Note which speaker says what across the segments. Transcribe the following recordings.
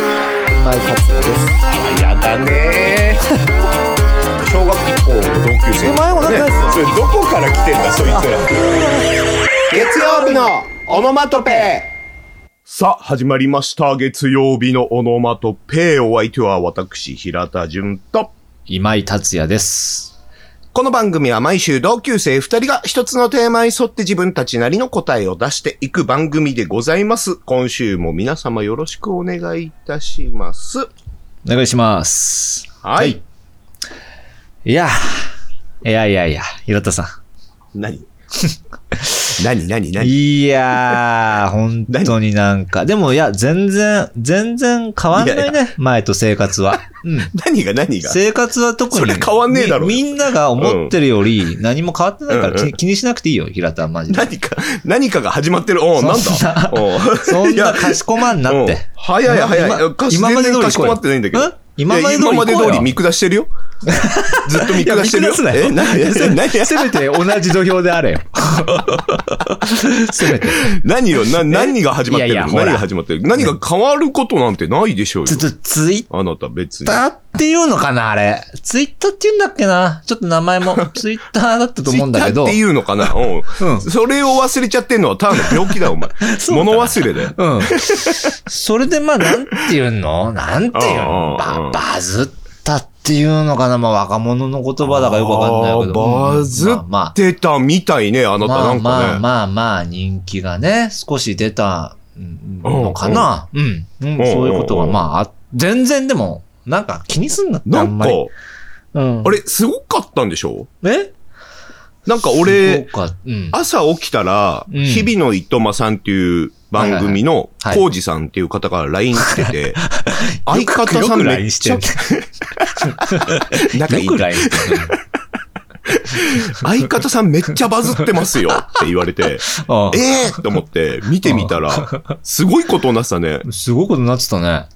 Speaker 1: 今井達也です
Speaker 2: あやだねー小学校の同級生
Speaker 1: お前もなんか
Speaker 2: ねそれどこから来てんだそいつら
Speaker 1: 月曜日のオノマトペ
Speaker 2: さあ、始まりました。月曜日のオノマトペイ。お相手は私、平田純と。
Speaker 3: 今井達也です。
Speaker 2: この番組は毎週同級生二人が一つのテーマに沿って自分たちなりの答えを出していく番組でございます。今週も皆様よろしくお願いいたします。はい。
Speaker 3: お願いします。いや、いやいやいや、平田さ
Speaker 2: 何何何
Speaker 3: ん。
Speaker 2: 何
Speaker 3: いやー、本当になんか。でもいや、全然、全然変わんないね。
Speaker 2: いやいや
Speaker 3: 前と生活は。うん。
Speaker 2: 何が何が
Speaker 3: 生活は特に。
Speaker 2: それ変わんねえだろ
Speaker 3: み。みんなが思ってるより、何も変わってないから、
Speaker 2: うんうん
Speaker 3: 気気にしなくていいよ、平田はマジで。
Speaker 2: 何か、何かが始まってる。おうなん
Speaker 3: そん
Speaker 2: だ
Speaker 3: な
Speaker 2: おう
Speaker 3: そん
Speaker 2: いや
Speaker 3: なかしこまんなっ
Speaker 2: うん
Speaker 3: て。
Speaker 2: 早い早い。
Speaker 3: 今
Speaker 2: いやかし
Speaker 3: 今まで
Speaker 2: 全
Speaker 3: 通り
Speaker 2: 然かしこまってないんだけど
Speaker 3: ん。今まで通り
Speaker 2: いや今まで
Speaker 3: 行こう
Speaker 2: 通
Speaker 3: よ
Speaker 2: り見下してるよ。ずっと見下してるよ。
Speaker 3: いや見
Speaker 2: え、
Speaker 3: 下
Speaker 2: 何や、何や、
Speaker 3: せめて同じ土俵であ れよ。せめて。
Speaker 2: 何よ、な、何が始まってる
Speaker 3: いや
Speaker 2: の
Speaker 3: いやほら
Speaker 2: 何が始まってる何が変わることなんてないでしょうよ
Speaker 3: ちょ。っとツイッ
Speaker 2: あなた別に。
Speaker 3: ターっていうのかなあれ。ツイッターって言うんだっけなちょっと名前もツイッターだったと思うんだけど。
Speaker 2: ツイッターっていうのかなうん。
Speaker 3: うん
Speaker 2: それを忘れちゃってんのはただの病気だ、 お前。
Speaker 3: うかな
Speaker 2: 物忘れだよ。
Speaker 3: うん。それでまあ、なんていうのなんていうの
Speaker 2: うんうんうん
Speaker 3: ババズったっていうのかなまあ、若者の言葉だからよくわかんないけど。
Speaker 2: あーバズ
Speaker 3: うんまあまあ
Speaker 2: ってたみたいね、あなた
Speaker 3: ま
Speaker 2: な
Speaker 3: あ
Speaker 2: ん
Speaker 3: まあ
Speaker 2: かね。
Speaker 3: まあまあ、人気がね、少し出たうんのかなうん。うん
Speaker 2: うんうん
Speaker 3: そういうことがまああ、全然でも、なんか気にすんなってあ
Speaker 2: なんん
Speaker 3: ま
Speaker 2: か、
Speaker 3: り。うん
Speaker 2: あれ、すごかったんでしょ
Speaker 3: え
Speaker 2: なんか俺、
Speaker 3: そうか、うん。
Speaker 2: 朝起きたら、
Speaker 3: うん
Speaker 2: 日々のいとまさんっていう番組の、
Speaker 3: はいはいはいはい
Speaker 2: コウジさんっていう方から LINE 来てて、相方
Speaker 3: よ
Speaker 2: さ
Speaker 3: く
Speaker 2: ん
Speaker 3: ライ
Speaker 2: め
Speaker 3: ン
Speaker 2: っ
Speaker 3: し
Speaker 2: ち
Speaker 3: て
Speaker 2: ゃ
Speaker 3: る。
Speaker 2: 仲いい
Speaker 3: よく LINE してる。
Speaker 2: 相方さんめっちゃバズってますよって言われ て、
Speaker 3: あ
Speaker 2: ええー、と思って見てみたら、すごいことになってたね。
Speaker 3: あすごいことになってたね。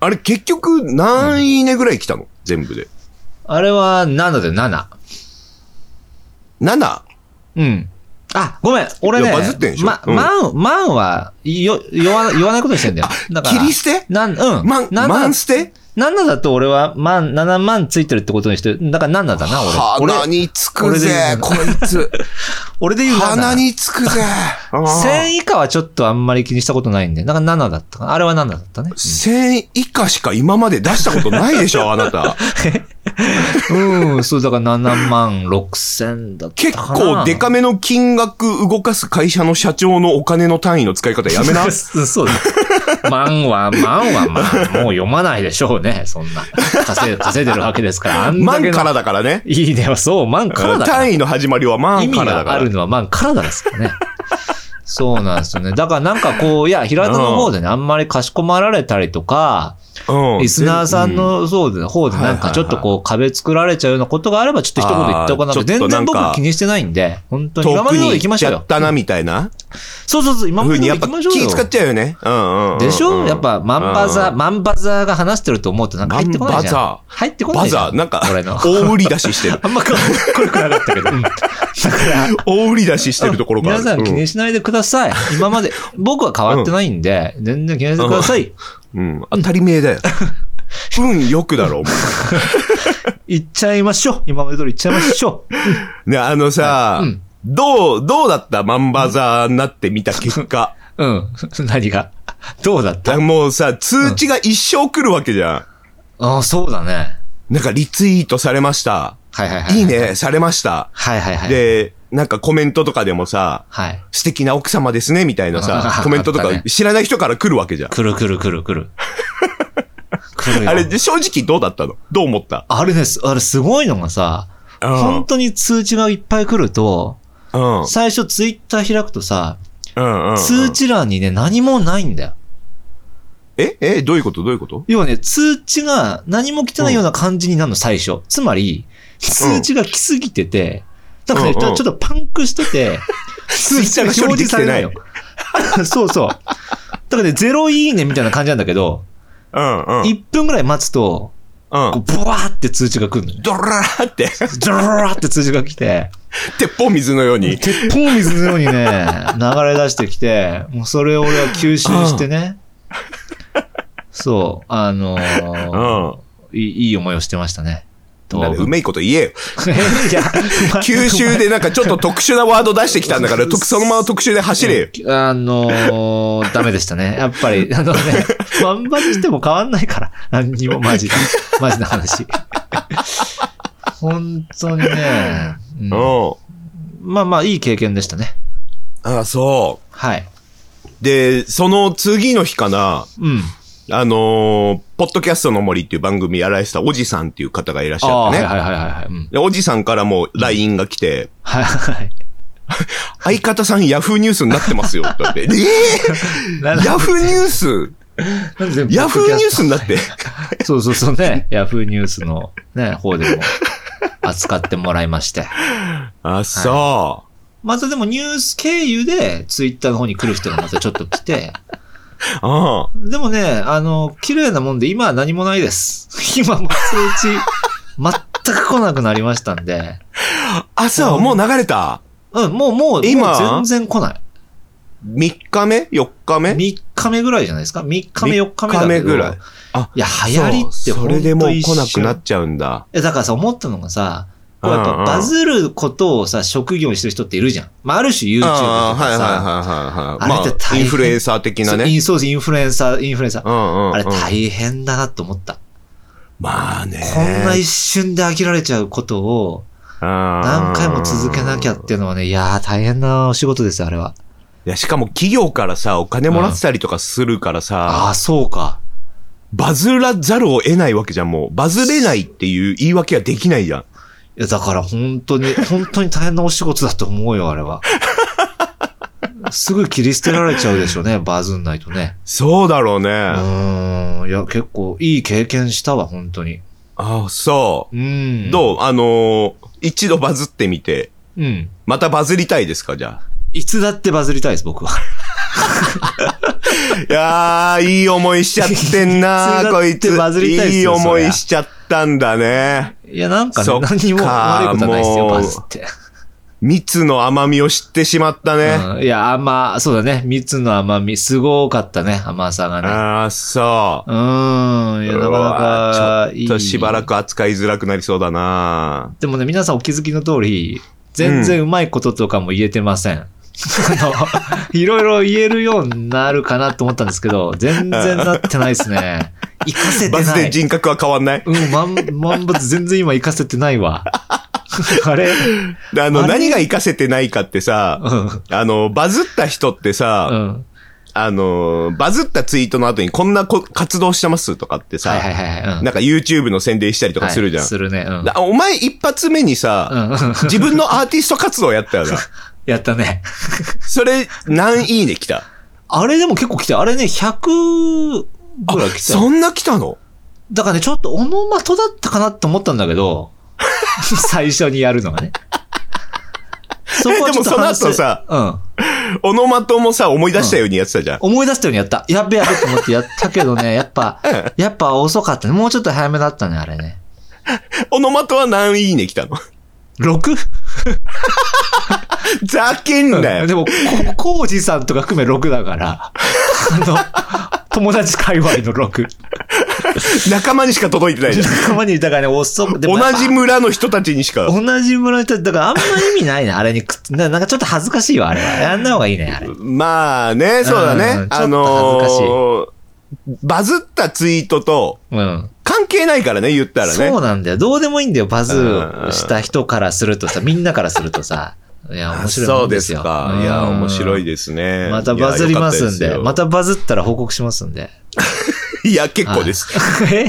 Speaker 2: あれ結局何いいねぐらい来たの全部で。
Speaker 3: あれは7で7。
Speaker 2: 7?
Speaker 3: うん。あ、ごめん。俺
Speaker 2: い
Speaker 3: ね。
Speaker 2: やバズってんでしょ
Speaker 3: ま、
Speaker 2: うん
Speaker 3: マン、マンは、よ、言わ、言わないことにしてんだよ。だから。
Speaker 2: 切り捨て
Speaker 3: なん、うん。
Speaker 2: マン、
Speaker 3: 7
Speaker 2: マン捨て
Speaker 3: 7だと俺は、マン、7万ついてるってことにしてる。だから7だな、俺。
Speaker 2: 鼻
Speaker 3: 俺、
Speaker 2: につくぜ、こ
Speaker 3: 俺
Speaker 2: い つ。
Speaker 3: 俺で言う7。
Speaker 2: 鼻につくぜ。
Speaker 3: 1000以下はちょっとあんまり気にしたことないんで。だから7だったかな。あれは7だったね。
Speaker 2: 1000以下しか今まで出したことないでし ょ、あなた。
Speaker 3: うん、うんそう、だから7万6千だった
Speaker 2: 結
Speaker 3: かな。
Speaker 2: 構デカめの金額動かす会社の社長のお金の単位の使い方や めな。
Speaker 3: そうだ。マンは、マンは、まあ、もう読まないでしょうね、そんな。稼い稼いでるわけですから。 あんだ
Speaker 2: 万
Speaker 3: けの
Speaker 2: からだからね。
Speaker 3: いいねはそう、マンからだから。
Speaker 2: 単位の始まりは
Speaker 3: 意
Speaker 2: 万
Speaker 3: 味
Speaker 2: からだ
Speaker 3: が
Speaker 2: か
Speaker 3: あ
Speaker 2: ら
Speaker 3: る。のはマンからだですからね。そうなんですよね。だからなんかこう、いや、平田の方でね、あんまりかしこまられたりとか、
Speaker 2: うん
Speaker 3: リスナーさんのそうで、方でなんかちょっとこう壁作られちゃうようなことがあれば、ちょっと一言言っておかな
Speaker 2: あ
Speaker 3: く
Speaker 2: ーち
Speaker 3: て、
Speaker 2: ょっと
Speaker 3: 全
Speaker 2: なん
Speaker 3: 然
Speaker 2: か
Speaker 3: 僕気にしてないんで、本当に
Speaker 2: 遠
Speaker 3: 今ま
Speaker 2: く
Speaker 3: での
Speaker 2: に
Speaker 3: 行き
Speaker 2: 行
Speaker 3: ま
Speaker 2: っ
Speaker 3: し
Speaker 2: ち
Speaker 3: ょう
Speaker 2: ゃ
Speaker 3: よ
Speaker 2: っ。たなみたいな
Speaker 3: そうそうそう、今ま
Speaker 2: 風
Speaker 3: での
Speaker 2: にやっ
Speaker 3: 行
Speaker 2: ぱ
Speaker 3: きましょうよ。
Speaker 2: 気使っちゃうよね。うんうんうんうん
Speaker 3: でしょやっぱ、マンバザー、
Speaker 2: うん
Speaker 3: マンバザーが話してると思うとなんか入ってこないじゃん。
Speaker 2: マンバ
Speaker 3: 入ってこな
Speaker 2: バ
Speaker 3: いじゃん。
Speaker 2: ザー、なんか、
Speaker 3: 俺の。
Speaker 2: 大売り出しして る。
Speaker 3: あんま かっこよくなかったけど。うんだから、
Speaker 2: 大売り出ししてるところがあ
Speaker 3: 皆
Speaker 2: る。
Speaker 3: さん気
Speaker 2: う
Speaker 3: に
Speaker 2: ん
Speaker 3: しないでください。今まで、僕は変わってないんで、全然気にしないでください。
Speaker 2: うん、当たり前 だよ。運よくだろ、お前。
Speaker 3: 行っちゃいましょう。今まで通り行っちゃいましょう。
Speaker 2: ね、あのさ
Speaker 3: うん、
Speaker 2: どう、どうだったマンバザーになってみた結果。
Speaker 3: うん。 何がどうだっ
Speaker 2: だ
Speaker 3: た
Speaker 2: からもうさ、通知が一生来るわけじゃ
Speaker 3: ああ、そうだね。
Speaker 2: ん。なんかリツイートされました。
Speaker 3: はいはいはい。
Speaker 2: いい。ね、されました。
Speaker 3: はいはいはい。、
Speaker 2: で、なんかコメントとかでもさ、
Speaker 3: はい。
Speaker 2: 素敵な奥様ですね、みたいなさ
Speaker 3: あ、
Speaker 2: コメントと
Speaker 3: あった
Speaker 2: か
Speaker 3: ね
Speaker 2: 知らない人から来るわけじゃん。
Speaker 3: くるくるくるくる。くる よ
Speaker 2: あれ、で正直どうだったのどう思った
Speaker 3: あれです、あれすごいのがさ、
Speaker 2: うん
Speaker 3: 本当に通知がいっぱい来ると、
Speaker 2: うん。
Speaker 3: 最初ツイッター開くとさ、
Speaker 2: うんうんうん
Speaker 3: 通知欄にね、何もないんだよ。
Speaker 2: ええどういうことどういうこと
Speaker 3: 要はね、通知が何も来てないような感じになるの、最初。つまり、通知が来すぎてて、だからね、
Speaker 2: うんうん
Speaker 3: ちょっとパンクしてて、
Speaker 2: 通知が表示されないの
Speaker 3: 表示されないの そうそう。だからね、ゼロいいねみたいな感じなんだけど、
Speaker 2: うんうん。
Speaker 3: 1分ぐらい待つと、
Speaker 2: う。
Speaker 3: こうんブワーって通知が来るの よ。
Speaker 2: ドラーって、
Speaker 3: ドラーって通知が来て、
Speaker 2: 鉄砲水のように。
Speaker 3: 鉄砲水のようにね、 流れ出してきて、もうそれを俺は吸収してね、そう、あの
Speaker 2: う
Speaker 3: ー
Speaker 2: ん。
Speaker 3: いいいい思いをしてましたね。と
Speaker 2: なんでう めいこと言えよ。
Speaker 3: いや
Speaker 2: 九州でなんかちょっと特殊なワード出してきたんだから、 とそのまま特集で走れよ。
Speaker 3: あのー、ダメでしたね。やっぱり、あ のね、頑張りしても変わんないから。何にも、マジで。マジな話。本当にね、うん
Speaker 2: うん。
Speaker 3: まあまあ、いい経験でしたね。
Speaker 2: ああ、そ
Speaker 3: はい。
Speaker 2: う。で、その次の日かな、
Speaker 3: うん。
Speaker 2: あのーポッドキャストの森っていう番組やられてたおじさんっていう方がいらっし
Speaker 3: あ
Speaker 2: ゃ
Speaker 3: あ
Speaker 2: っ
Speaker 3: ー、
Speaker 2: てね。
Speaker 3: はいはいはいはいはい。うん、
Speaker 2: でおじさんからも LINE が来て、
Speaker 3: はいはい。
Speaker 2: 相方さんヤフーニュースになって ますよ。だって、え
Speaker 3: な
Speaker 2: ー、ヤフーニュース
Speaker 3: なんで
Speaker 2: ヤフーニュースになって。
Speaker 3: そうそうそうね。ヤフーニュースのね、方でも扱ってもらいまして。
Speaker 2: あ、そ
Speaker 3: またでもニュース経由でツイッターの方に来る人がまたちょっと来て、
Speaker 2: う。うん。
Speaker 3: でもね、あの、綺麗なもんで今は何もないです。 今もう通知、全く来なくなりましたんで。
Speaker 2: あ、そう、もう流れた。
Speaker 3: うん、もうもう、
Speaker 2: 今
Speaker 3: もう全然来ない。
Speaker 2: 3日目 ?4 日目
Speaker 3: 3日目ぐらいじゃないですか ?3 日目、4日目だ
Speaker 2: 三日
Speaker 3: けど。
Speaker 2: 目ぐらい。あ、
Speaker 3: いや、流行りって
Speaker 2: そう
Speaker 3: ほん
Speaker 2: そ
Speaker 3: と
Speaker 2: れでもう
Speaker 3: 一
Speaker 2: 来
Speaker 3: 緒
Speaker 2: なくなっちゃうんだ。
Speaker 3: え、だからさ、思ったのがさ、こうや
Speaker 2: うん
Speaker 3: っ
Speaker 2: う
Speaker 3: ぱ
Speaker 2: ん
Speaker 3: バズることをさ、職業にしてる人っているじゃん。まあ、ある種 YouTube とか
Speaker 2: ああはいはい
Speaker 3: さ、
Speaker 2: はい
Speaker 3: あ
Speaker 2: はい
Speaker 3: れ
Speaker 2: は
Speaker 3: っ
Speaker 2: い。
Speaker 3: て
Speaker 2: まあ、
Speaker 3: 大変
Speaker 2: インフルエンサー的な
Speaker 3: そうイ
Speaker 2: ね。
Speaker 3: ンそうですインフルエンサー、インフルエンサー。
Speaker 2: うんうんうん。
Speaker 3: あれ大変だなと思った。
Speaker 2: まあね。
Speaker 3: こんな一瞬で飽きられちゃうことを何
Speaker 2: 何
Speaker 3: 回も続けなきゃっていうのはね、いやー大変なお仕事ですよ、あれは。
Speaker 2: いや、しかも企業からさ、お金もらってたりとかするからさ、
Speaker 3: ああ、そうか。
Speaker 2: バズらざるを得ないわけじゃん、もう。バズれないっていう言い訳はできないじゃん。
Speaker 3: いや、だから本当 に、本当に大変なお仕事だと思うよ、あれは。すぐ切り捨てられちゃうでしょうね、バズんないとね。
Speaker 2: そうだろうね。
Speaker 3: う
Speaker 2: あ
Speaker 3: ーん。いや、結構いい経験したわ、本当に。
Speaker 2: あ、そうう。
Speaker 3: ん。
Speaker 2: どうあのー、一度バズってみて、
Speaker 3: ううん。
Speaker 2: またバズりたいですか、じゃ
Speaker 3: いつだってバズりたいです、僕は。
Speaker 2: あ。いやー、いい思いしちゃってん
Speaker 3: いつ
Speaker 2: な
Speaker 3: だ
Speaker 2: ー、
Speaker 3: っ
Speaker 2: こ
Speaker 3: て
Speaker 2: いつ。
Speaker 3: バズりたいっす
Speaker 2: いい
Speaker 3: よそ
Speaker 2: 思
Speaker 3: りゃ
Speaker 2: いしちゃったんだね。
Speaker 3: いや、なんか
Speaker 2: そ
Speaker 3: ね、
Speaker 2: っか
Speaker 3: 何にも悪いことはないですよ、
Speaker 2: もう
Speaker 3: バズって。
Speaker 2: 蜜の甘みを知ってしまったね。
Speaker 3: うん、いや、甘、そうだね。蜜の甘み、すごかったね、甘さがね。
Speaker 2: ああ、そう。
Speaker 3: うーん。いや、なか
Speaker 2: うわ
Speaker 3: なか
Speaker 2: ー
Speaker 3: いい。
Speaker 2: ちょっとしばら。く扱いづらくなりそうだな
Speaker 3: でもね、皆さんお気づきの通り、全然うまいこととかも言えてま せん。あの、いろいろ言えるようになるかなと思ったんですけど、全然なってないですね。活かせて
Speaker 2: バズ
Speaker 3: な
Speaker 2: で
Speaker 3: い。
Speaker 2: 人格は変わんない
Speaker 3: うん、万、万物全然今活かせてな いわ。あれうん。
Speaker 2: であの、
Speaker 3: あれ
Speaker 2: 何が活かせてないかってさ、あの、バズった人って
Speaker 3: う
Speaker 2: さ、
Speaker 3: ん。
Speaker 2: あの、バズったツイートの後にこんなこ活動してますとかって
Speaker 3: はいは
Speaker 2: さ、
Speaker 3: いはいはい。うん
Speaker 2: なんか YouTube の宣伝したりとかするじゃ
Speaker 3: は
Speaker 2: ん
Speaker 3: い。するね。うん。
Speaker 2: だお前一発目にさ、
Speaker 3: うん うん
Speaker 2: 自分のアーティスト活動やったよ な。
Speaker 3: やったね。
Speaker 2: それ、何いいね来た。
Speaker 3: あれでも結構来て、あれね、100ぐらい来て。
Speaker 2: そんな来たの
Speaker 3: だからね、ちょっとオノマトだったかなって思ったんだ けど、最初にやるのがね。そこはちょっと反省
Speaker 2: でもその後さ、
Speaker 3: うん。
Speaker 2: オノマトもさ、思い出したようにやってたじゃん。
Speaker 3: 思い出したようにやった。やっべやべと思ってやったけど ね、やっぱ、やっぱ遅かったね。もうちょっと早めだったね、あれね。
Speaker 2: オノマトは何いいね来たの
Speaker 3: 6?
Speaker 2: ざけんなよ。
Speaker 3: でも、こコウジさんとか含め6だか ら、あの、友達界隈の6。
Speaker 2: 仲間にしか届いてないじゃん。
Speaker 3: 仲間にいたからね、遅く、でも
Speaker 2: 同
Speaker 3: やっぱ
Speaker 2: じ村の人たちにしか。
Speaker 3: 同じ村の人だからあんま意味ないね、あれにくっつななんかちょっと恥ずかしいわ、あれは。やんない方がいいね、あれ。
Speaker 2: まあね、そうだ
Speaker 3: うんう
Speaker 2: ね
Speaker 3: ん。ちょ
Speaker 2: あ
Speaker 3: っと
Speaker 2: の
Speaker 3: 恥ずかしい
Speaker 2: ーバズったツイートと
Speaker 3: うん。
Speaker 2: 関係ないからね、言ったら
Speaker 3: そう
Speaker 2: ね。
Speaker 3: なんだよ。どうでもいいんだよ、バズした人からするとさ、みんなからするとさ。いや、面白いも
Speaker 2: そ
Speaker 3: ん
Speaker 2: う
Speaker 3: で
Speaker 2: ですす
Speaker 3: よ。
Speaker 2: か。いや、
Speaker 3: うん
Speaker 2: 面白いですね。
Speaker 3: またバズりますん
Speaker 2: いや
Speaker 3: で、ま。たバズったら報告しますんで。
Speaker 2: いや、結構です。
Speaker 3: え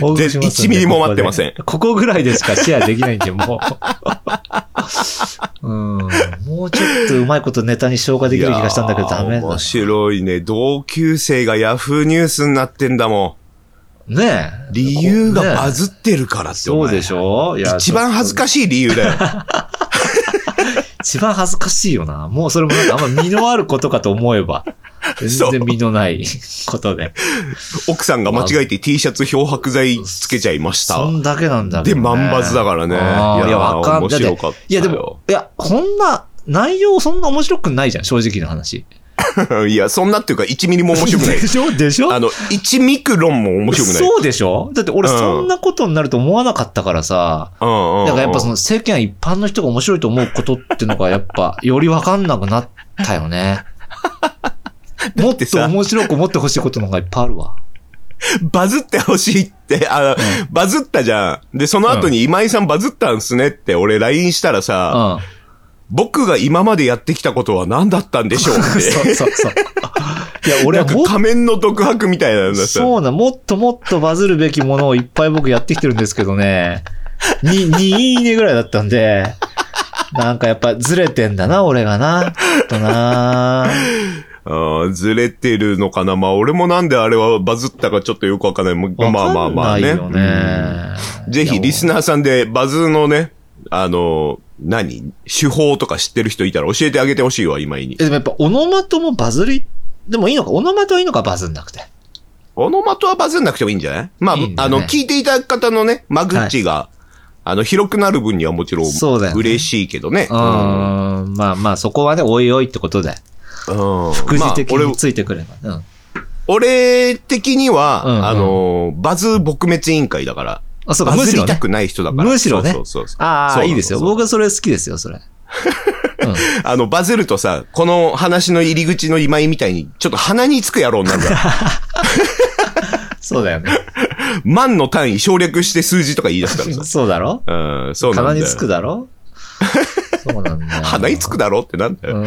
Speaker 3: 報告します
Speaker 2: 1
Speaker 3: んで
Speaker 2: ミリも待ってません
Speaker 3: ここでここぐらいでしかシェアできないんで、もう。うん。もうちょっとうまいことネタに消化できる気がしたんだけど、
Speaker 2: いやー
Speaker 3: ダメだな
Speaker 2: 面。白いね。同級生がヤフーニュースになってんだも
Speaker 3: ねえ。
Speaker 2: ん。理由がバ
Speaker 3: ね
Speaker 2: ズってるからって、お
Speaker 3: そう
Speaker 2: 前
Speaker 3: でしょいや
Speaker 2: 一番恥ずかしい理由だよ。
Speaker 3: 一番恥ずかしいよな。もうそれもなんかあんま身のあることかと思えば。全然身のないことで。
Speaker 2: 奥さんが間違えて T シャツ漂白剤つけちゃいました。
Speaker 3: そんだけなんだ
Speaker 2: で、
Speaker 3: けど、ね。
Speaker 2: 万抜だからね。
Speaker 3: あーいや、わかん
Speaker 2: 面
Speaker 3: だって
Speaker 2: 白かったよ。
Speaker 3: いや、でも、いや、こんな、内容そんな面白くないじゃん、正直な話。
Speaker 2: いや、そんなっていうか、1ミリも面白 くない
Speaker 3: で。しょでしょ
Speaker 2: あの、1ミクロンも面白くない。
Speaker 3: そうでしょだって俺
Speaker 2: うん
Speaker 3: そんなことになると思わなかったからさ。
Speaker 2: うんうん。
Speaker 3: だからやっぱその世間一般の人が面白いと思うことっていうのがやっぱよりわかんなくなった よね。もっ
Speaker 2: って
Speaker 3: と
Speaker 2: さ
Speaker 3: 面白く思ってほしいことの方がいっぱいあるわ。
Speaker 2: バズってほしいって、あの、バズったじゃん。で、その後に今井さんバズったんすねって、俺 LINE したら
Speaker 3: う
Speaker 2: さ、
Speaker 3: ん。
Speaker 2: 僕が今までやってきたことは何だったんでしょうっ
Speaker 3: そう
Speaker 2: て。
Speaker 3: そうそう。いや、俺
Speaker 2: な
Speaker 3: は
Speaker 2: んか
Speaker 3: もっ
Speaker 2: 仮面の独白みたいなの
Speaker 3: と、
Speaker 2: さ。
Speaker 3: そうな、もっともっとバズるべきものをいっぱい僕やってきてるんですけどね。に、2いいねぐらいだったんで、なんかやっぱずれてんだな、俺がな。ちょっとな
Speaker 2: あーずれてるのかな。まあ、俺もなんであれはバズったかちょっとよくわかんない。もうまあまあまあね。
Speaker 3: わかんないよね
Speaker 2: うんぜひ、リス
Speaker 3: ナー。
Speaker 2: ナーさんでバズのね、あの、何手法とか知ってる人いたら教えてあげてほしいわ、今井に
Speaker 3: え。でもやっぱ、オノマトもバズり、でもいいのか、オノマトはいいのか、バズんなくて。
Speaker 2: オノマトはバズんなくてもいいんじゃないまあ、
Speaker 3: いいんだ
Speaker 2: あ
Speaker 3: ね
Speaker 2: の、聞いていただく方のね、間口が、あの、広くなる分にはもちろん、
Speaker 3: そうだよね
Speaker 2: 嬉しいけどね。
Speaker 3: うーん、まあまあ、そこはね、おいおいってことで、
Speaker 2: うん。
Speaker 3: くじ的
Speaker 2: まあ
Speaker 3: についてくれば。うん。
Speaker 2: 俺、俺的には、
Speaker 3: うんうん
Speaker 2: あの、バズ撲滅委員会だから。
Speaker 3: あ、そうか、
Speaker 2: バ
Speaker 3: む
Speaker 2: ズ
Speaker 3: しろ
Speaker 2: りた
Speaker 3: ね。
Speaker 2: くない人だから。
Speaker 3: むしろね
Speaker 2: そうそうそうそう
Speaker 3: あ
Speaker 2: そう
Speaker 3: あ、
Speaker 2: そう
Speaker 3: いいですよ。
Speaker 2: そう
Speaker 3: 僕はそれ好きですよ、それ。
Speaker 2: あの、バズるとさ、この話の入り口の今井みたいに、ちょっと鼻につく野郎になる から。
Speaker 3: そう だよね。
Speaker 2: 万の単位省略して数字とか言い出す からさ。
Speaker 3: そうだろ
Speaker 2: うん、そうなんだ
Speaker 3: 鼻
Speaker 2: よ。
Speaker 3: につく だろそうなんだよ。
Speaker 2: 鼻につくだろってなんだよ。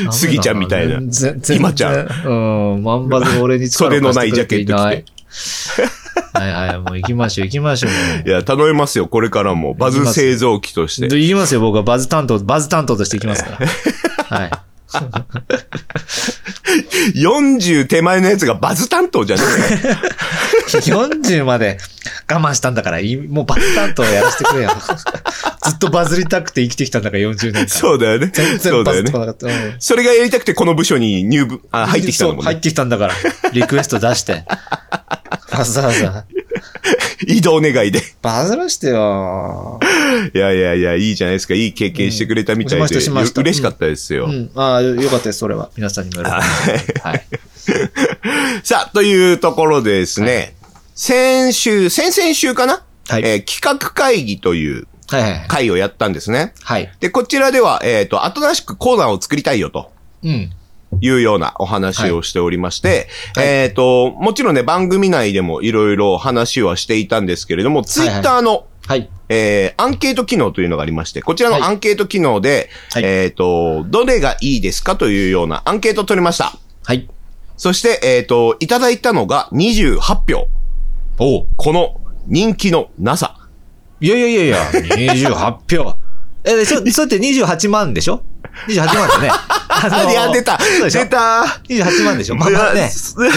Speaker 3: うん。
Speaker 2: 杉ちゃんみたいな
Speaker 3: 全然。全
Speaker 2: 今ちゃん
Speaker 3: 然うん。まんばで俺に力を
Speaker 2: 袖のな
Speaker 3: 貸
Speaker 2: い
Speaker 3: し
Speaker 2: ジ
Speaker 3: て
Speaker 2: ャ
Speaker 3: く
Speaker 2: ケ
Speaker 3: れて
Speaker 2: ッ
Speaker 3: い
Speaker 2: ト
Speaker 3: な
Speaker 2: 着
Speaker 3: い。 はいはい、もう行きましょう、行きましょう。
Speaker 2: て。いや、頼みますよ。これからも。バズ製造機として。
Speaker 3: で行きますよ、僕はバズ担当、バズ担当として行きますから。はい。
Speaker 2: 40手前のやつがバズ担当じゃね
Speaker 3: 40まで我慢したんだから、いもうバズ担当やらせてくれよ。ずっとバズりたくて生きてきたんだから、40年間。
Speaker 2: えそうだよね。
Speaker 3: 全
Speaker 2: そ
Speaker 3: 然
Speaker 2: うだよ
Speaker 3: バズってこ
Speaker 2: ね。
Speaker 3: なかった。うん
Speaker 2: それがやりたくてこの部署に入部、あ、入ってきたのも
Speaker 3: そう入
Speaker 2: ね
Speaker 3: っ。てきたんだから。リクエスト出して。わざわざ。
Speaker 2: 移動願いで。
Speaker 3: バズらしてよ。
Speaker 2: いやいやいや、いいじゃないですか。いい経験してくれたみたいで。
Speaker 3: うんしましたしました
Speaker 2: 嬉しかったですよ。
Speaker 3: うん。ああ、よかったです、それは。皆さんにもよろしく。はい。
Speaker 2: さあ、というところでですね、先週、先々週かな、
Speaker 3: はい
Speaker 2: えー企画会議という
Speaker 3: はいはいはい。
Speaker 2: 会をやったんですね。
Speaker 3: はい。
Speaker 2: で、こちらでは、えっ、と、新しくコーナーを作りたいよと。
Speaker 3: うん。
Speaker 2: いうようなお話をしておりまして、えっ、と、もちろんね、番組内でもいろいろ話はしていたんですけれども、ツイッターの、
Speaker 3: はい。
Speaker 2: えー、アンケート機能というのがありまして、こちら
Speaker 3: はい
Speaker 2: のアンケート機能で、
Speaker 3: はい
Speaker 2: えっ、と、どれがいいですかというようなアンケートを取りました。
Speaker 3: はい。
Speaker 2: そして、えっ、と、いただいたのが28票。
Speaker 3: おう
Speaker 2: この人気の NASA。
Speaker 3: いやいやいやいや、28票。え、で しょ、そうやって28万でしょ ?28 万だね。あ
Speaker 2: あ、いや、出た
Speaker 3: そうでしょ
Speaker 2: 出た
Speaker 3: 28万でしょまあまあ
Speaker 2: い
Speaker 3: ね
Speaker 2: や。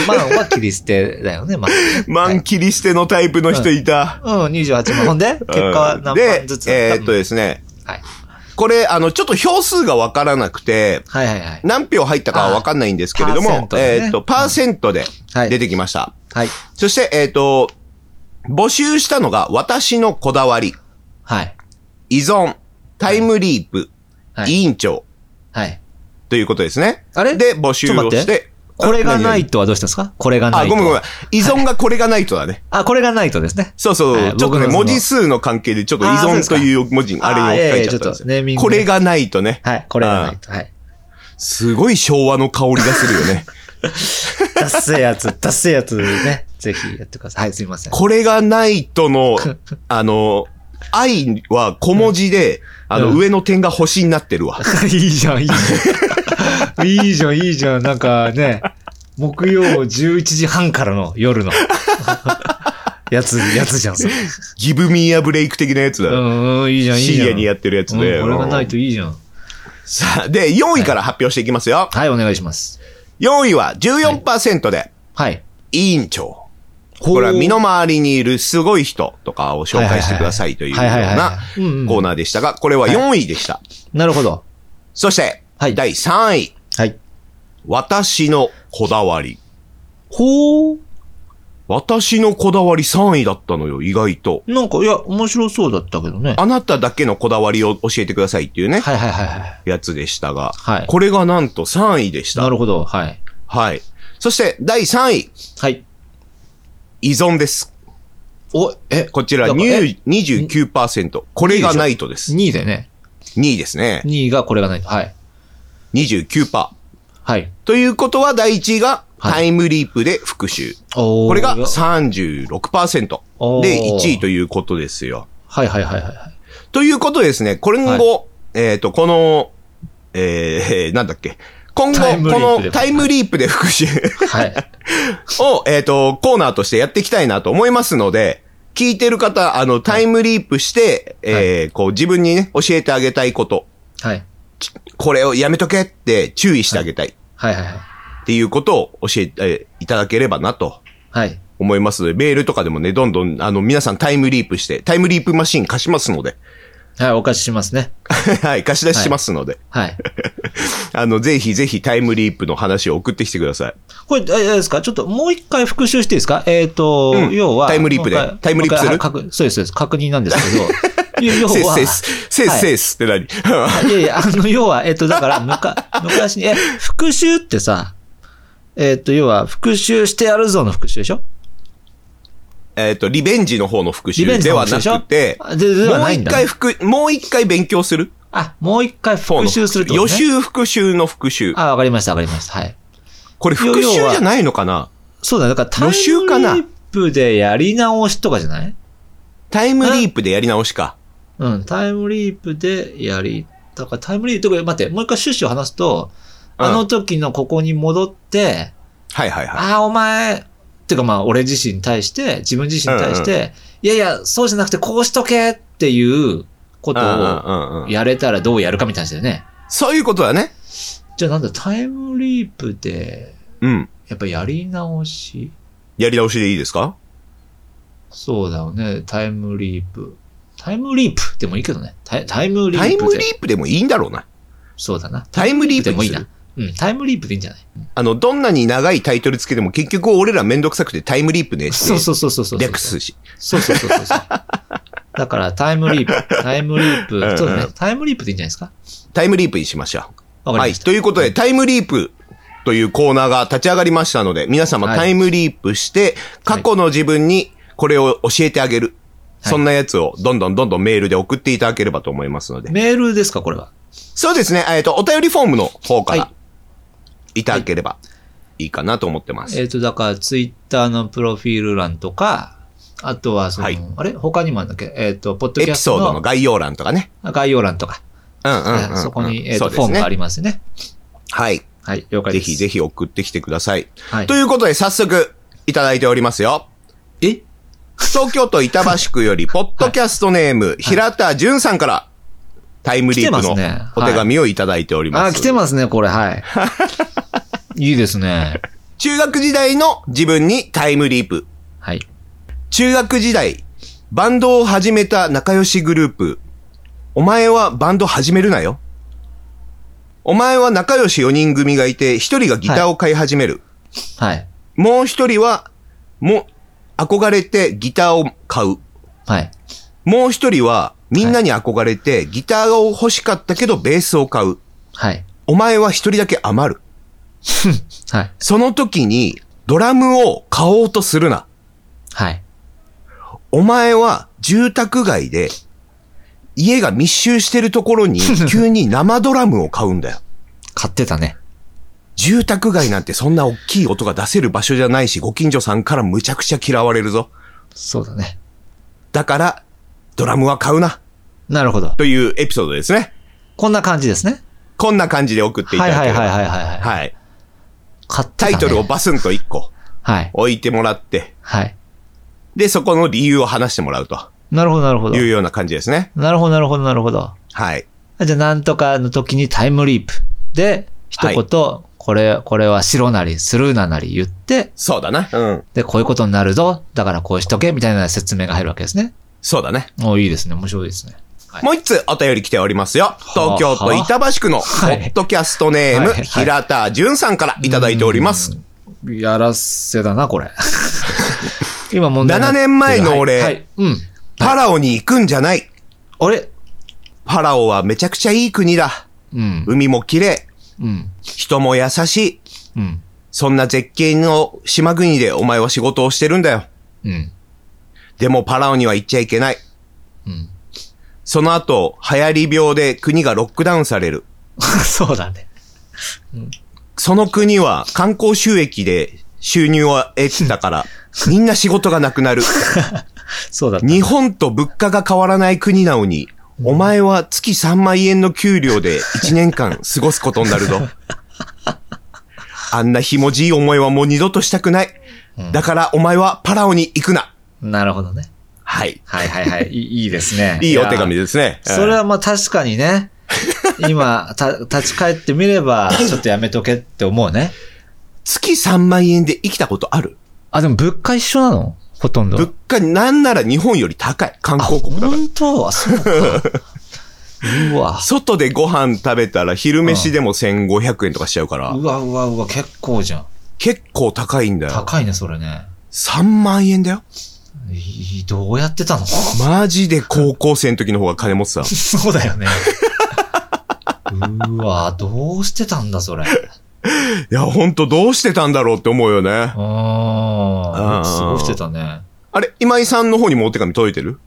Speaker 3: まあは切り捨てだよね、ま
Speaker 2: 満切り捨てのタイプの人いた。
Speaker 3: あ。うん、28万。ほんで結果は
Speaker 2: うん
Speaker 3: 何
Speaker 2: で
Speaker 3: 万ずつ、だ
Speaker 2: え
Speaker 3: た
Speaker 2: ーっとですね、
Speaker 3: はい。
Speaker 2: これ、あの、ちょっと票数がわからなくて、
Speaker 3: はいはいはい。
Speaker 2: 何票入ったかはわかんないんですけれど
Speaker 3: あー
Speaker 2: も、
Speaker 3: パーセ
Speaker 2: え
Speaker 3: ントでね
Speaker 2: ーっと、パーセントで
Speaker 3: はい
Speaker 2: 出てきました。
Speaker 3: はい。
Speaker 2: そして、えーっと、募集したのが、私のこだわり、
Speaker 3: はい。
Speaker 2: 依存、タイムリープ、
Speaker 3: はい
Speaker 2: 委員長、
Speaker 3: はい。
Speaker 2: ということですね。
Speaker 3: あれ
Speaker 2: で、募集
Speaker 3: ちょっ
Speaker 2: を
Speaker 3: と待
Speaker 2: し
Speaker 3: って
Speaker 2: て。
Speaker 3: これが
Speaker 2: あ
Speaker 3: ない。とはどうしたんですかこれがな
Speaker 2: 何々あ、ごめ
Speaker 3: いと。
Speaker 2: んごめん。依存がこれがないとだね。
Speaker 3: あ、これがないとですね。
Speaker 2: そうそう、
Speaker 3: はい
Speaker 2: ちょっ
Speaker 3: 僕
Speaker 2: と
Speaker 3: の
Speaker 2: ね、
Speaker 3: その
Speaker 2: 文字数の関係で、ちょっと依
Speaker 3: あーそうで
Speaker 2: 存
Speaker 3: すか
Speaker 2: という文字、あ
Speaker 3: あー
Speaker 2: れを書い
Speaker 3: ええ
Speaker 2: ちゃったんです
Speaker 3: ちょ
Speaker 2: よ。
Speaker 3: っとネーミングね
Speaker 2: これがないとね。
Speaker 3: はい。これがないと。はい。
Speaker 2: すごい昭和の香りがするよ ね。
Speaker 3: ダッセーやつ、ダッセーやつね。ぜひやってください。はい、すいません。
Speaker 2: これがないとの、あの、愛は小文字で、あの、
Speaker 3: うん
Speaker 2: 上の点が星になってるわ。
Speaker 3: いいじゃん、いいじゃん。 いいじゃん、いいじゃん。なんかね、木曜11時半からの夜の。 やつ、やつじゃん、それ。
Speaker 2: ギブミーアブレイク的なやつ
Speaker 3: う
Speaker 2: だ。
Speaker 3: んうん、いいじゃん、いいじゃん。
Speaker 2: 深夜にやってるやつで。
Speaker 3: うんこれがないといいじゃん。
Speaker 2: さあ、で、4位から発表していきますよ。
Speaker 3: はい、お願いします。
Speaker 2: 4位は14%で、
Speaker 3: はい。
Speaker 2: 委員長。これは身の回りにいるすごい人とかを紹介してくださいというよう
Speaker 3: はいはいはい
Speaker 2: な
Speaker 3: はい
Speaker 2: コ
Speaker 3: はいはいうんうん
Speaker 2: ーナーでしたが、これは4位でした。
Speaker 3: なるほど。
Speaker 2: そして、
Speaker 3: はい
Speaker 2: 第3位、
Speaker 3: はい。
Speaker 2: 私のこだわり。
Speaker 3: ほう。
Speaker 2: 私のこだわり3位だったのよ、意外と。
Speaker 3: なんか、いや、面白そうだったけどね。
Speaker 2: あなただけのこだわりを教えてくださいっていうね、
Speaker 3: はいはいはいはい。
Speaker 2: やつでしたが、
Speaker 3: はい。
Speaker 2: これがなんと3位でし
Speaker 3: な
Speaker 2: た。
Speaker 3: るほど。はい。
Speaker 2: はい。そして、第3位、
Speaker 3: はい。
Speaker 2: 依存です。
Speaker 3: お、え、
Speaker 2: こちら
Speaker 3: だからえ
Speaker 2: 20 29%。これがナイトです。
Speaker 3: 2位だよね。
Speaker 2: 2位ですね。
Speaker 3: 2位がこれがないと。はい。
Speaker 2: 29%。
Speaker 3: はい。
Speaker 2: ということは、第1位が
Speaker 3: はい
Speaker 2: タイムリープで復讐。
Speaker 3: おー
Speaker 2: これが36%
Speaker 3: おー
Speaker 2: で1位ということですよ。
Speaker 3: はいはいはいはい。
Speaker 2: ということでですね、これ今後、えっ、と、この、えー、なん だっけ。今後、
Speaker 3: タイムリープで
Speaker 2: このタイムリープで復讐
Speaker 3: はい。
Speaker 2: を、えっ、と、コーナーとしてやっていきたいなと思いますので、聞いてる方、あの、タイムリープして、えーこう、自分にね、教えてあげたいこと、
Speaker 3: はい。
Speaker 2: これをやめとけって注意してあげたい
Speaker 3: はいはいはい。
Speaker 2: っていうことを教えていただければなと
Speaker 3: はい。
Speaker 2: 思いますので、メールとかでもね、どんどん、あの、皆さんタイムリープして、タイムリープマシン貸しますので、
Speaker 3: はい、お貸ししますね。
Speaker 2: はい、貸し出ししますので、
Speaker 3: はい。
Speaker 2: あの、ぜひぜひタイムリープの話を送ってきてください。
Speaker 3: これ、あれですかちょっともう一回復習していいですかえっ、と、
Speaker 2: うん
Speaker 3: 要は。
Speaker 2: タイムリープで
Speaker 3: もう一回
Speaker 2: タイムリープする
Speaker 3: もう一回はい確そうです、そうです。確認なんです けど。要
Speaker 2: セー
Speaker 3: は。
Speaker 2: ス、セース、セース、セースって何
Speaker 3: いやいや、あの、要は、えっ、と、だから、むか、昔に、え、復讐ってさ、えっ、と、要は、復讐してやるぞの復讐でしょ
Speaker 2: えっと、リベンジの方の復
Speaker 3: リベン
Speaker 2: 習
Speaker 3: ジ
Speaker 2: で
Speaker 3: の
Speaker 2: は
Speaker 3: 復習
Speaker 2: な
Speaker 3: でしょ
Speaker 2: くて、
Speaker 3: あででは
Speaker 2: もう
Speaker 3: ないん
Speaker 2: 一
Speaker 3: だ
Speaker 2: 回復、もう一回勉強する
Speaker 3: あ、もう一回復
Speaker 2: 方の
Speaker 3: 讐するってこと、
Speaker 2: 予
Speaker 3: ね、
Speaker 2: 習復習の復習。
Speaker 3: あ、わかりました、わかりました。はい。
Speaker 2: これ復習じゃないのかな
Speaker 3: そうだ、だから、タイム
Speaker 2: 予習かな
Speaker 3: リープでやり直しとかじゃない
Speaker 2: タイムリープでやり直しか。
Speaker 3: うん、タイムリープでやり、だからタイムリープ、とか待って、もう一回趣旨を話すと、
Speaker 2: うん
Speaker 3: あの時のここに戻って、
Speaker 2: はいはいはい。
Speaker 3: ああ、お前、っていうかまあ、俺自身に対して、自分自身に対して、いやいや、そうじゃなくてこうしとけっていう
Speaker 2: う
Speaker 3: こ
Speaker 2: ん
Speaker 3: と
Speaker 2: うんうんう
Speaker 3: を
Speaker 2: ん
Speaker 3: やれたらどうやるかみたいな話だよね。
Speaker 2: そういうことだね。
Speaker 3: じゃあなんだ、タイムリープで、
Speaker 2: うん。
Speaker 3: やっぱやり直し
Speaker 2: やり直しでいいですか
Speaker 3: そうだよね、タイムリープ。タイムリープでもいいけどね。タイタイムリープで。
Speaker 2: タイムリープでもいいんだろうな。
Speaker 3: そうだな。
Speaker 2: タイムリープ
Speaker 3: で
Speaker 2: に
Speaker 3: もいい
Speaker 2: す
Speaker 3: な
Speaker 2: る。。
Speaker 3: うん、タイムリープでいいんじゃない
Speaker 2: あの、どんなに長いタイトルつけても結局俺らめんどくさくてタイムリープねって。
Speaker 3: そうそうそうそうそう。
Speaker 2: 略すし。
Speaker 3: そうそうそうそうそう。だからタイムリープ、タイムリー
Speaker 2: んうん
Speaker 3: プ、そうだね。タイムリープでいいんじゃないですか
Speaker 2: タイムリープにしましょ
Speaker 3: わ
Speaker 2: う。
Speaker 3: か
Speaker 2: はい。
Speaker 3: りました。
Speaker 2: ということで、タイムリープというコーナーが立ち上がりましたので、皆様
Speaker 3: はい
Speaker 2: タイムリープして、過去の自分にこれを教えてあげる。
Speaker 3: はい
Speaker 2: そんなやつをどんどんどんどんメールで送っていただければと思いますので。
Speaker 3: メールですか、これは。
Speaker 2: そうですね。えっと、お便りフォームの方か
Speaker 3: は
Speaker 2: らいただければいいかなと思ってます。
Speaker 3: えっと、だから、ツイッターのプロフィール欄とか、あとは、そ
Speaker 2: はい
Speaker 3: の、あれ他にもあるんだっけえっと、ポッド
Speaker 2: エ
Speaker 3: キ
Speaker 2: ピ
Speaker 3: ャス
Speaker 2: ソードの
Speaker 3: ト
Speaker 2: 概要欄とかね。
Speaker 3: の概要欄とか、
Speaker 2: うんうんうんうん、
Speaker 3: そこに、えっ
Speaker 2: そう
Speaker 3: と、
Speaker 2: で
Speaker 3: フォ
Speaker 2: す
Speaker 3: ーム
Speaker 2: ね
Speaker 3: がありますね。
Speaker 2: はい。
Speaker 3: はい、了解
Speaker 2: ぜ
Speaker 3: です。
Speaker 2: ひぜひ送ってきてください。
Speaker 3: はい
Speaker 2: ということで、早速、いただいておりますよ。
Speaker 3: え
Speaker 2: 東京都板橋区より、ポッドキャストネーム、平田淳さんから、タイムリープ
Speaker 3: 来て
Speaker 2: の
Speaker 3: ますね
Speaker 2: お手紙をいただいております。
Speaker 3: あ、来てますね、これ、 はい。いいですね。
Speaker 2: 中学時代の自分にタイムリープ。
Speaker 3: はい。
Speaker 2: 中学時代、バンドを始めた仲良しグループ。お前はバンド始めるなよ。お前は仲良し4人組がいて、1人がギターを買い始める。
Speaker 3: はい。
Speaker 2: もう一人は、も、憧れてギターを買う。
Speaker 3: はい。
Speaker 2: もう一人は、みんなに憧れてギターを欲しかったけどベースを買う。
Speaker 3: はい。
Speaker 2: お前は一人だけ余る。
Speaker 3: はい。
Speaker 2: その時に、ドラムを買おうとするな。
Speaker 3: はい。
Speaker 2: お前は住宅街で、家が密集してるところ に、急に生ドラムを買うんだよ。
Speaker 3: 買ってたね。
Speaker 2: 住宅街なんてそんな大きい音が出せる場所じゃないし、ご近所さんからむちゃくちゃ嫌われるぞ。
Speaker 3: そうだね。
Speaker 2: だから、ドラムは買うな。
Speaker 3: なるほど。
Speaker 2: というエピソードですね。
Speaker 3: こんな感じですね。
Speaker 2: こんな感じで送っていた
Speaker 3: は
Speaker 2: だ
Speaker 3: い
Speaker 2: ければ。
Speaker 3: は
Speaker 2: はいい
Speaker 3: はいはいはい。はい、買ってた
Speaker 2: タ
Speaker 3: ね
Speaker 2: イトルを。バスンと1個
Speaker 3: はい。
Speaker 2: 置いてもらって、
Speaker 3: はい。
Speaker 2: で、そこの理由を話してもらうと
Speaker 3: なるほどなるほど
Speaker 2: い。うような感じですね。
Speaker 3: なるほどなるほどなるほど。
Speaker 2: はい。
Speaker 3: じゃあなんとかの時にタイムリープで、一言、
Speaker 2: は
Speaker 3: これ、これは白なり、スルーななり言って、
Speaker 2: そうだな。うん。
Speaker 3: で、こういうことになるぞ。だからこうしとけ、みたいな説明が入るわけですね。
Speaker 2: そうだね。
Speaker 3: おいいですね。面白いですね。はい
Speaker 2: もう一つお便り来ておりますよ。東京都板橋区のポ
Speaker 3: はい
Speaker 2: ッドキャストネーム、
Speaker 3: はいはい
Speaker 2: 平田淳さんからいただいております。
Speaker 3: うん。やらせだな、これ。 今問題になってる
Speaker 2: 7年前の俺
Speaker 3: はいはいうん。
Speaker 2: パラオに行くんじゃない。
Speaker 3: あれ
Speaker 2: パラオはめちゃくちゃいい国だ。
Speaker 3: うん。
Speaker 2: 海も綺麗、
Speaker 3: うん。
Speaker 2: 人も優しい。
Speaker 3: うん。
Speaker 2: そんな絶景の島国でお前は仕事をしてるんだよ。
Speaker 3: うん。
Speaker 2: でもパラオには行っちゃいけない。
Speaker 3: うん。
Speaker 2: その後、流行り病で国がロックダウンされる。
Speaker 3: そうだね。
Speaker 2: その国は観光収益で収入を得てた から、みんな仕事がなくなる。
Speaker 3: そうだった。
Speaker 2: 日本と物価が変わらない国なのに、お前は月3万円の給料で1年間過ごすことになるぞ。あんなひもじい思いはもう二度としたくない。だからお前はパラオに行くな。
Speaker 3: なるほどね。
Speaker 2: はい。
Speaker 3: はいはいはい。いいい ですね
Speaker 2: 。いいお手紙
Speaker 3: で
Speaker 2: ですね。
Speaker 3: それはまあ確かにね。今、た、立ち返ってみれば、ちょっとやめとけって思うね。
Speaker 2: 月3万円で生きたことある
Speaker 3: あ、でも物価一緒なのほとんど。
Speaker 2: 物価なんなら日本より高い。観光国だから。
Speaker 3: 本当あ、そ うか。うわ。
Speaker 2: 外でご飯食べたら昼飯でも1500円とかしちゃうから
Speaker 3: う、わうわうわ、結構じゃん。
Speaker 2: 結構高いんだよ。
Speaker 3: 高いね、それね。
Speaker 2: 3万円だよ。
Speaker 3: いいどうやってたの
Speaker 2: マジで高校生の時の方が金持ってた。
Speaker 3: そうだよね。うわ、どうしてたんだ、それ。
Speaker 2: いや、ほんとどうしてたんだろうって思うよね。
Speaker 3: あ
Speaker 2: うん
Speaker 3: あ、すごいしてたね。
Speaker 2: あれ、今井さんの方にもお手紙届いてる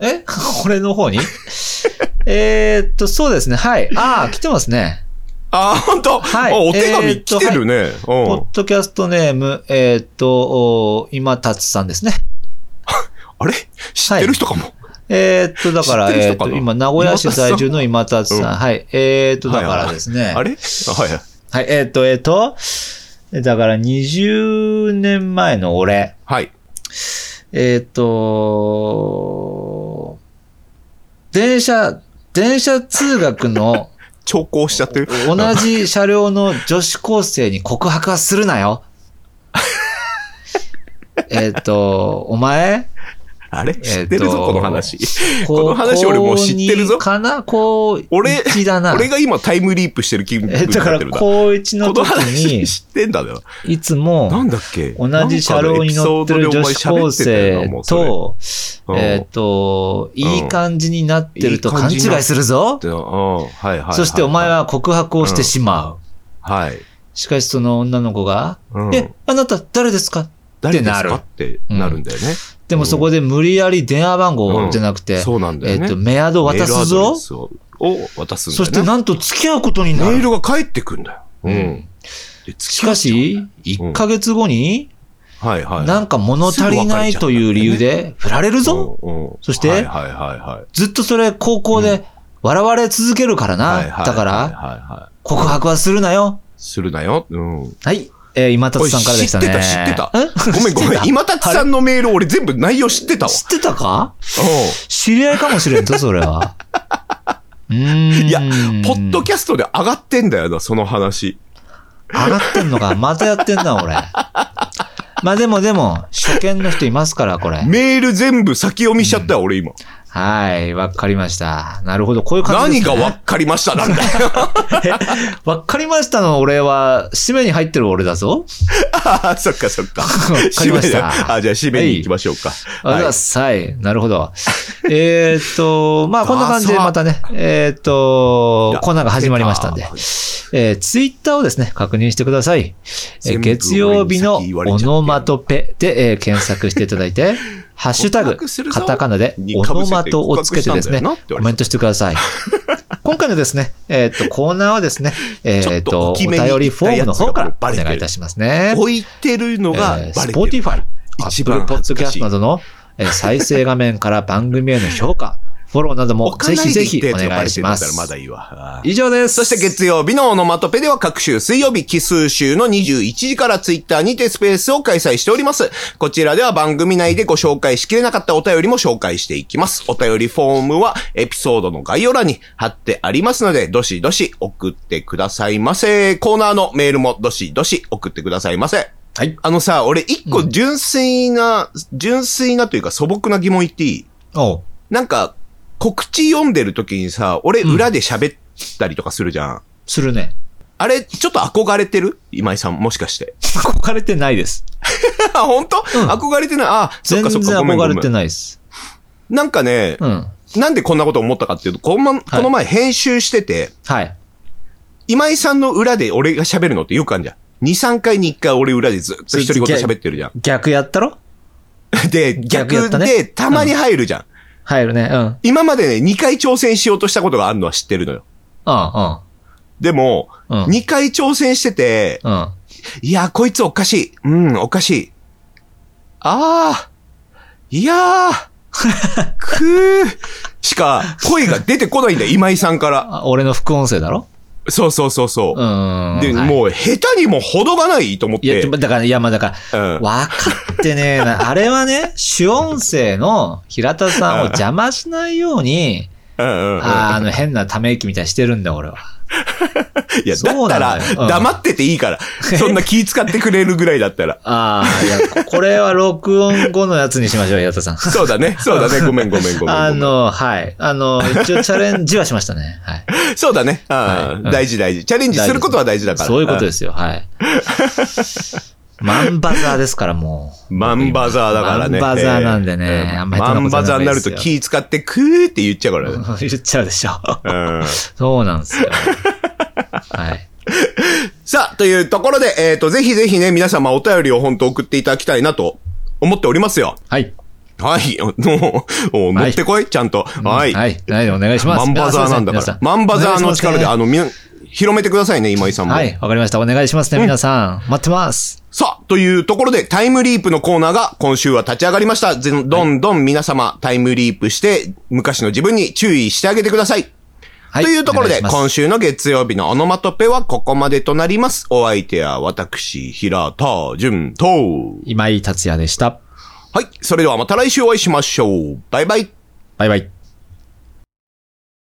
Speaker 3: え俺の方にえーっと、そうですね。はい。ああ、来てますね。
Speaker 2: あー、ほんと、
Speaker 3: はい
Speaker 2: あお手
Speaker 3: え
Speaker 2: 紙
Speaker 3: ーっと
Speaker 2: 来てるね。
Speaker 3: ポ
Speaker 2: うん
Speaker 3: ッ。ドキャストネーム、えーっと、お今達さんですね。
Speaker 2: あれ知ってる人かも。
Speaker 3: えーっと、だから、
Speaker 2: 知ってる
Speaker 3: えー
Speaker 2: 人
Speaker 3: っ
Speaker 2: かな
Speaker 3: と、今、名古屋市在住の今達
Speaker 2: 今
Speaker 3: さん。はい。えーっと、だからですね。
Speaker 2: あれはい。
Speaker 3: はい、えーっと、えーっと、だから20年前の俺。
Speaker 2: はい。
Speaker 3: えーっと、電車、電車通学 の
Speaker 2: 調校しちゃってる。
Speaker 3: 同じ車両の女子高生に告白はするなよ。えーっと、お前、
Speaker 2: あれ知
Speaker 3: えー
Speaker 2: っ
Speaker 3: ってと
Speaker 2: るぞ、この話。
Speaker 3: こ
Speaker 2: この話俺もう知ってるぞ
Speaker 3: 高二かな高
Speaker 2: 俺
Speaker 3: 一だな。
Speaker 2: 俺が今タイムリープしてる気分になっ
Speaker 3: え
Speaker 2: て
Speaker 3: だから
Speaker 2: るな。こ
Speaker 3: 高一の
Speaker 2: の
Speaker 3: 時に
Speaker 2: 話、知ってんだよ。
Speaker 3: いつ
Speaker 2: な
Speaker 3: も
Speaker 2: んだっけ
Speaker 3: 同じ車両に乗ってる女子高生、と、
Speaker 2: なんかのエピソードでお前喋ってたよなもうそれ
Speaker 3: えっと、
Speaker 2: ん
Speaker 3: いい感じになってると
Speaker 2: いい感
Speaker 3: 勘
Speaker 2: じ
Speaker 3: 違
Speaker 2: になっ
Speaker 3: いするぞ
Speaker 2: ってなうんはいはい。
Speaker 3: そしてお前。は告白をしてしまう。
Speaker 2: はい。
Speaker 3: しかしその女の子が、
Speaker 2: うん
Speaker 3: え、あなた誰ですか
Speaker 2: 誰です
Speaker 3: ってなる
Speaker 2: かってなるんだよね。
Speaker 3: でもそこで無理やり電話番号じゃなくて、
Speaker 2: そうなんだ
Speaker 3: え
Speaker 2: よ
Speaker 3: っ
Speaker 2: ね。
Speaker 3: と、メアド渡す
Speaker 2: メールアド
Speaker 3: ぞ
Speaker 2: レ。スをを渡すんだよね。
Speaker 3: そしてなんと付き合うことにな
Speaker 2: メー
Speaker 3: る。
Speaker 2: ルが返ってくんだよ。う
Speaker 3: うん
Speaker 2: ん。で
Speaker 3: しか、し、1ヶ月後に、
Speaker 2: 付き合っちゃうはいはい。
Speaker 3: なんか物足りないという理由で振られるぞ。
Speaker 2: うんうん
Speaker 3: そして
Speaker 2: はいはいはいはい。
Speaker 3: ずっとそれ高校で笑われ続けるからな。
Speaker 2: はいはい
Speaker 3: だ
Speaker 2: は
Speaker 3: か
Speaker 2: い
Speaker 3: ら、
Speaker 2: はいはい。
Speaker 3: 告白はするなよ。
Speaker 2: するなよ。 うん。
Speaker 3: はい。えー今達さんからでしたね。
Speaker 2: おい知ってた知
Speaker 3: た
Speaker 2: ごめん ごめん。今達さんのメール俺全部内容知ってたわ。
Speaker 3: 知ってたか
Speaker 2: うん。
Speaker 3: 知り合いかもしれんぞ、それは。うー ん。
Speaker 2: いや、ポッドキャストで上がってんだよな、その話。
Speaker 3: 上がってんのか。またやってんな、俺。まあでもでも、初見の人いますから、これ。
Speaker 2: メール全部先読みしちゃったよ、俺今。
Speaker 3: はい、わかりました。なるほど、こういう感
Speaker 2: 何
Speaker 3: じです、
Speaker 2: が
Speaker 3: ね。
Speaker 2: わっかりましたなんだよ。
Speaker 3: がわ、わかりましたの俺は、締めに入ってる俺だぞ。
Speaker 2: ああ、そっかそっか。
Speaker 3: かりました
Speaker 2: 締めだあじゃあ締めに行きましょうか。
Speaker 3: ありがとうござい
Speaker 2: は
Speaker 3: ま
Speaker 2: い。
Speaker 3: す。はい。なるほど。えーっと、まあ、こんな感じでまたね、えーっと、コーナーが始まりましたんで、えー、ツイッターをですね、確認してください。え
Speaker 2: 全
Speaker 3: ー
Speaker 2: 部
Speaker 3: 月曜日の
Speaker 2: 俺に先言われちゃ
Speaker 3: オ
Speaker 2: ってる
Speaker 3: ノマトペで、えー検索していただいて、 ハッシュタグ
Speaker 2: 告白する、ぞ
Speaker 3: カタカナで、オノマトをつけてです
Speaker 2: に被せて告白したんだ
Speaker 3: ね
Speaker 2: よなって、言われて
Speaker 3: コメントしてくだ さい。今回のですね、えーっと、コーナーはですね、えーっ
Speaker 2: ちょっと
Speaker 3: と、
Speaker 2: 大
Speaker 3: お
Speaker 2: き
Speaker 3: 便
Speaker 2: めに
Speaker 3: りフォームの方から
Speaker 2: 言ったやつが
Speaker 3: お
Speaker 2: もうバレてる
Speaker 3: 願いいたしますね。
Speaker 2: 置いてるのがバレてる。
Speaker 3: スポーティファイ、ア
Speaker 2: 一
Speaker 3: ップ
Speaker 2: 番
Speaker 3: ルポッ
Speaker 2: 恥ず
Speaker 3: ドキ
Speaker 2: かし
Speaker 3: ャス
Speaker 2: い
Speaker 3: トなどのえー再生画面から番組への 評価、フォローなども
Speaker 2: 置か
Speaker 3: ぜ
Speaker 2: ない
Speaker 3: ひ
Speaker 2: で
Speaker 3: ぜ
Speaker 2: 言っ
Speaker 3: ひ
Speaker 2: て
Speaker 3: お願いしま
Speaker 2: やつがバレてるんだった
Speaker 3: す。
Speaker 2: らまだいいわ。
Speaker 3: 以上です。
Speaker 2: そして月曜日のオノマトペでは各週水曜日奇数週の21時からツイッターにてスペースを開催しております。こちらでは番組内でご紹介しきれなかったお便りも紹介していきます。お便りフォームはエピソードの概要欄に貼ってありますので、どしどし送ってくださいませ。コーナーのメールもどしどし送ってくださいませ。
Speaker 3: はい。
Speaker 2: あのさ、俺一個純粋な、純粋なというか素朴な疑問言っていい
Speaker 3: おう
Speaker 2: なんか、告知読んでる時にさ、俺裏で喋ったりとかするじゃん
Speaker 3: するね。
Speaker 2: あれ、ちょっと憧れてる今井さん、もしかして。
Speaker 3: 憧れてないです。
Speaker 2: あ、本当、憧れてない。あ、そっ
Speaker 3: 全
Speaker 2: か
Speaker 3: 然
Speaker 2: そっか、ごめんご
Speaker 3: 憧
Speaker 2: め
Speaker 3: れて
Speaker 2: ん。
Speaker 3: ないです。
Speaker 2: なんかね、
Speaker 3: うん。
Speaker 2: なんでこんなこと思ったかっていうと、この,、この前編集してて、
Speaker 3: はい。
Speaker 2: 今井さんの裏で俺が喋るのってよくあるじゃん。2、3回に1回俺裏でずっと一人言喋ってるじゃん。
Speaker 3: 逆やったろ
Speaker 2: で、
Speaker 3: 逆や
Speaker 2: 逆
Speaker 3: ったね
Speaker 2: でたまに入るじゃん。
Speaker 3: 入るね。うん。うんうん。
Speaker 2: 今までね、2回挑戦しようとしたことがあるのは知ってるのよ。
Speaker 3: うん。
Speaker 2: でも、
Speaker 3: うん
Speaker 2: 2回挑戦してて、
Speaker 3: うん。
Speaker 2: いやー、こいつおかしい。うん、おかしい。あー、いやー、 くー、しか声が出てこないんだよ、今井さんから。
Speaker 3: あ俺の副音声だろ
Speaker 2: そうそうそうそうう。
Speaker 3: ん。
Speaker 2: で、
Speaker 3: はい
Speaker 2: もう、下手にも程がないと思っ
Speaker 3: いや、
Speaker 2: て。
Speaker 3: でもだから、いや、まあだから、
Speaker 2: うん。
Speaker 3: 分かってねえ な。あれはね、主音声の平田さんを邪魔しないように、
Speaker 2: うんうんうん。
Speaker 3: ああの変なため息みたいにしてるんだ、俺は。
Speaker 2: いや、だ
Speaker 3: そ
Speaker 2: っ
Speaker 3: う
Speaker 2: た
Speaker 3: な
Speaker 2: ら
Speaker 3: のよ、うん。
Speaker 2: 黙ってていいから。そんな気使ってくれるぐらいだったら
Speaker 3: ああ、いや、 これは録音後のやつにしましょう、平田さん。
Speaker 2: そうだね、そうだね。ごめんごめんごめんごめん。
Speaker 3: あの、はい。あの、一応チャレンジはしましたね。はい。
Speaker 2: そうだね。あ
Speaker 3: い
Speaker 2: あ大事大事。チャレンジすることは大事だから。
Speaker 3: そういうこと
Speaker 2: す。
Speaker 3: です よ、はい。マンバザーですから、もう。
Speaker 2: マンバザーだからね。
Speaker 3: マンバザーなんでね
Speaker 2: ええ
Speaker 3: あんまり手
Speaker 2: マ
Speaker 3: の
Speaker 2: ンバザーになると
Speaker 3: ことないですよ
Speaker 2: 気使ってクーって言っちゃうからね。
Speaker 3: 言っちゃうでしょ。
Speaker 2: うん
Speaker 3: そうなんですよ。はい。
Speaker 2: さあ、というところで、えっと、ぜひぜひね、皆様お便りを本当送っていただきたいなと思っておりますよ。
Speaker 3: はい。
Speaker 2: はい。 もう、もう乗ってこい、ちゃんと。はい。
Speaker 3: はい。はい、お願いします。
Speaker 2: マンバザーなんだ
Speaker 3: 皆
Speaker 2: か
Speaker 3: さ
Speaker 2: ら。マンバザーの力で、
Speaker 3: お願
Speaker 2: あ
Speaker 3: いし
Speaker 2: の、みん広めてくださいね、今井さん
Speaker 3: ますね
Speaker 2: も。
Speaker 3: はい、わかりました。お願いしますね、皆さん。待ってます。
Speaker 2: さあ、というところで、タイムリープのコーナーが今週は立ち上がりました。ぜんどんどん皆様、タイムリープして、昔の自分に注意してあげてください。
Speaker 3: はい。
Speaker 2: というところ
Speaker 3: お願
Speaker 2: で、
Speaker 3: します
Speaker 2: 今週の月曜日のオノマトペはここまでとなります。お相手は私、平田淳と。
Speaker 3: 今井達也でした。
Speaker 2: はい、それではまた来週お会いしましょう。バイバイ。
Speaker 3: バイバイ。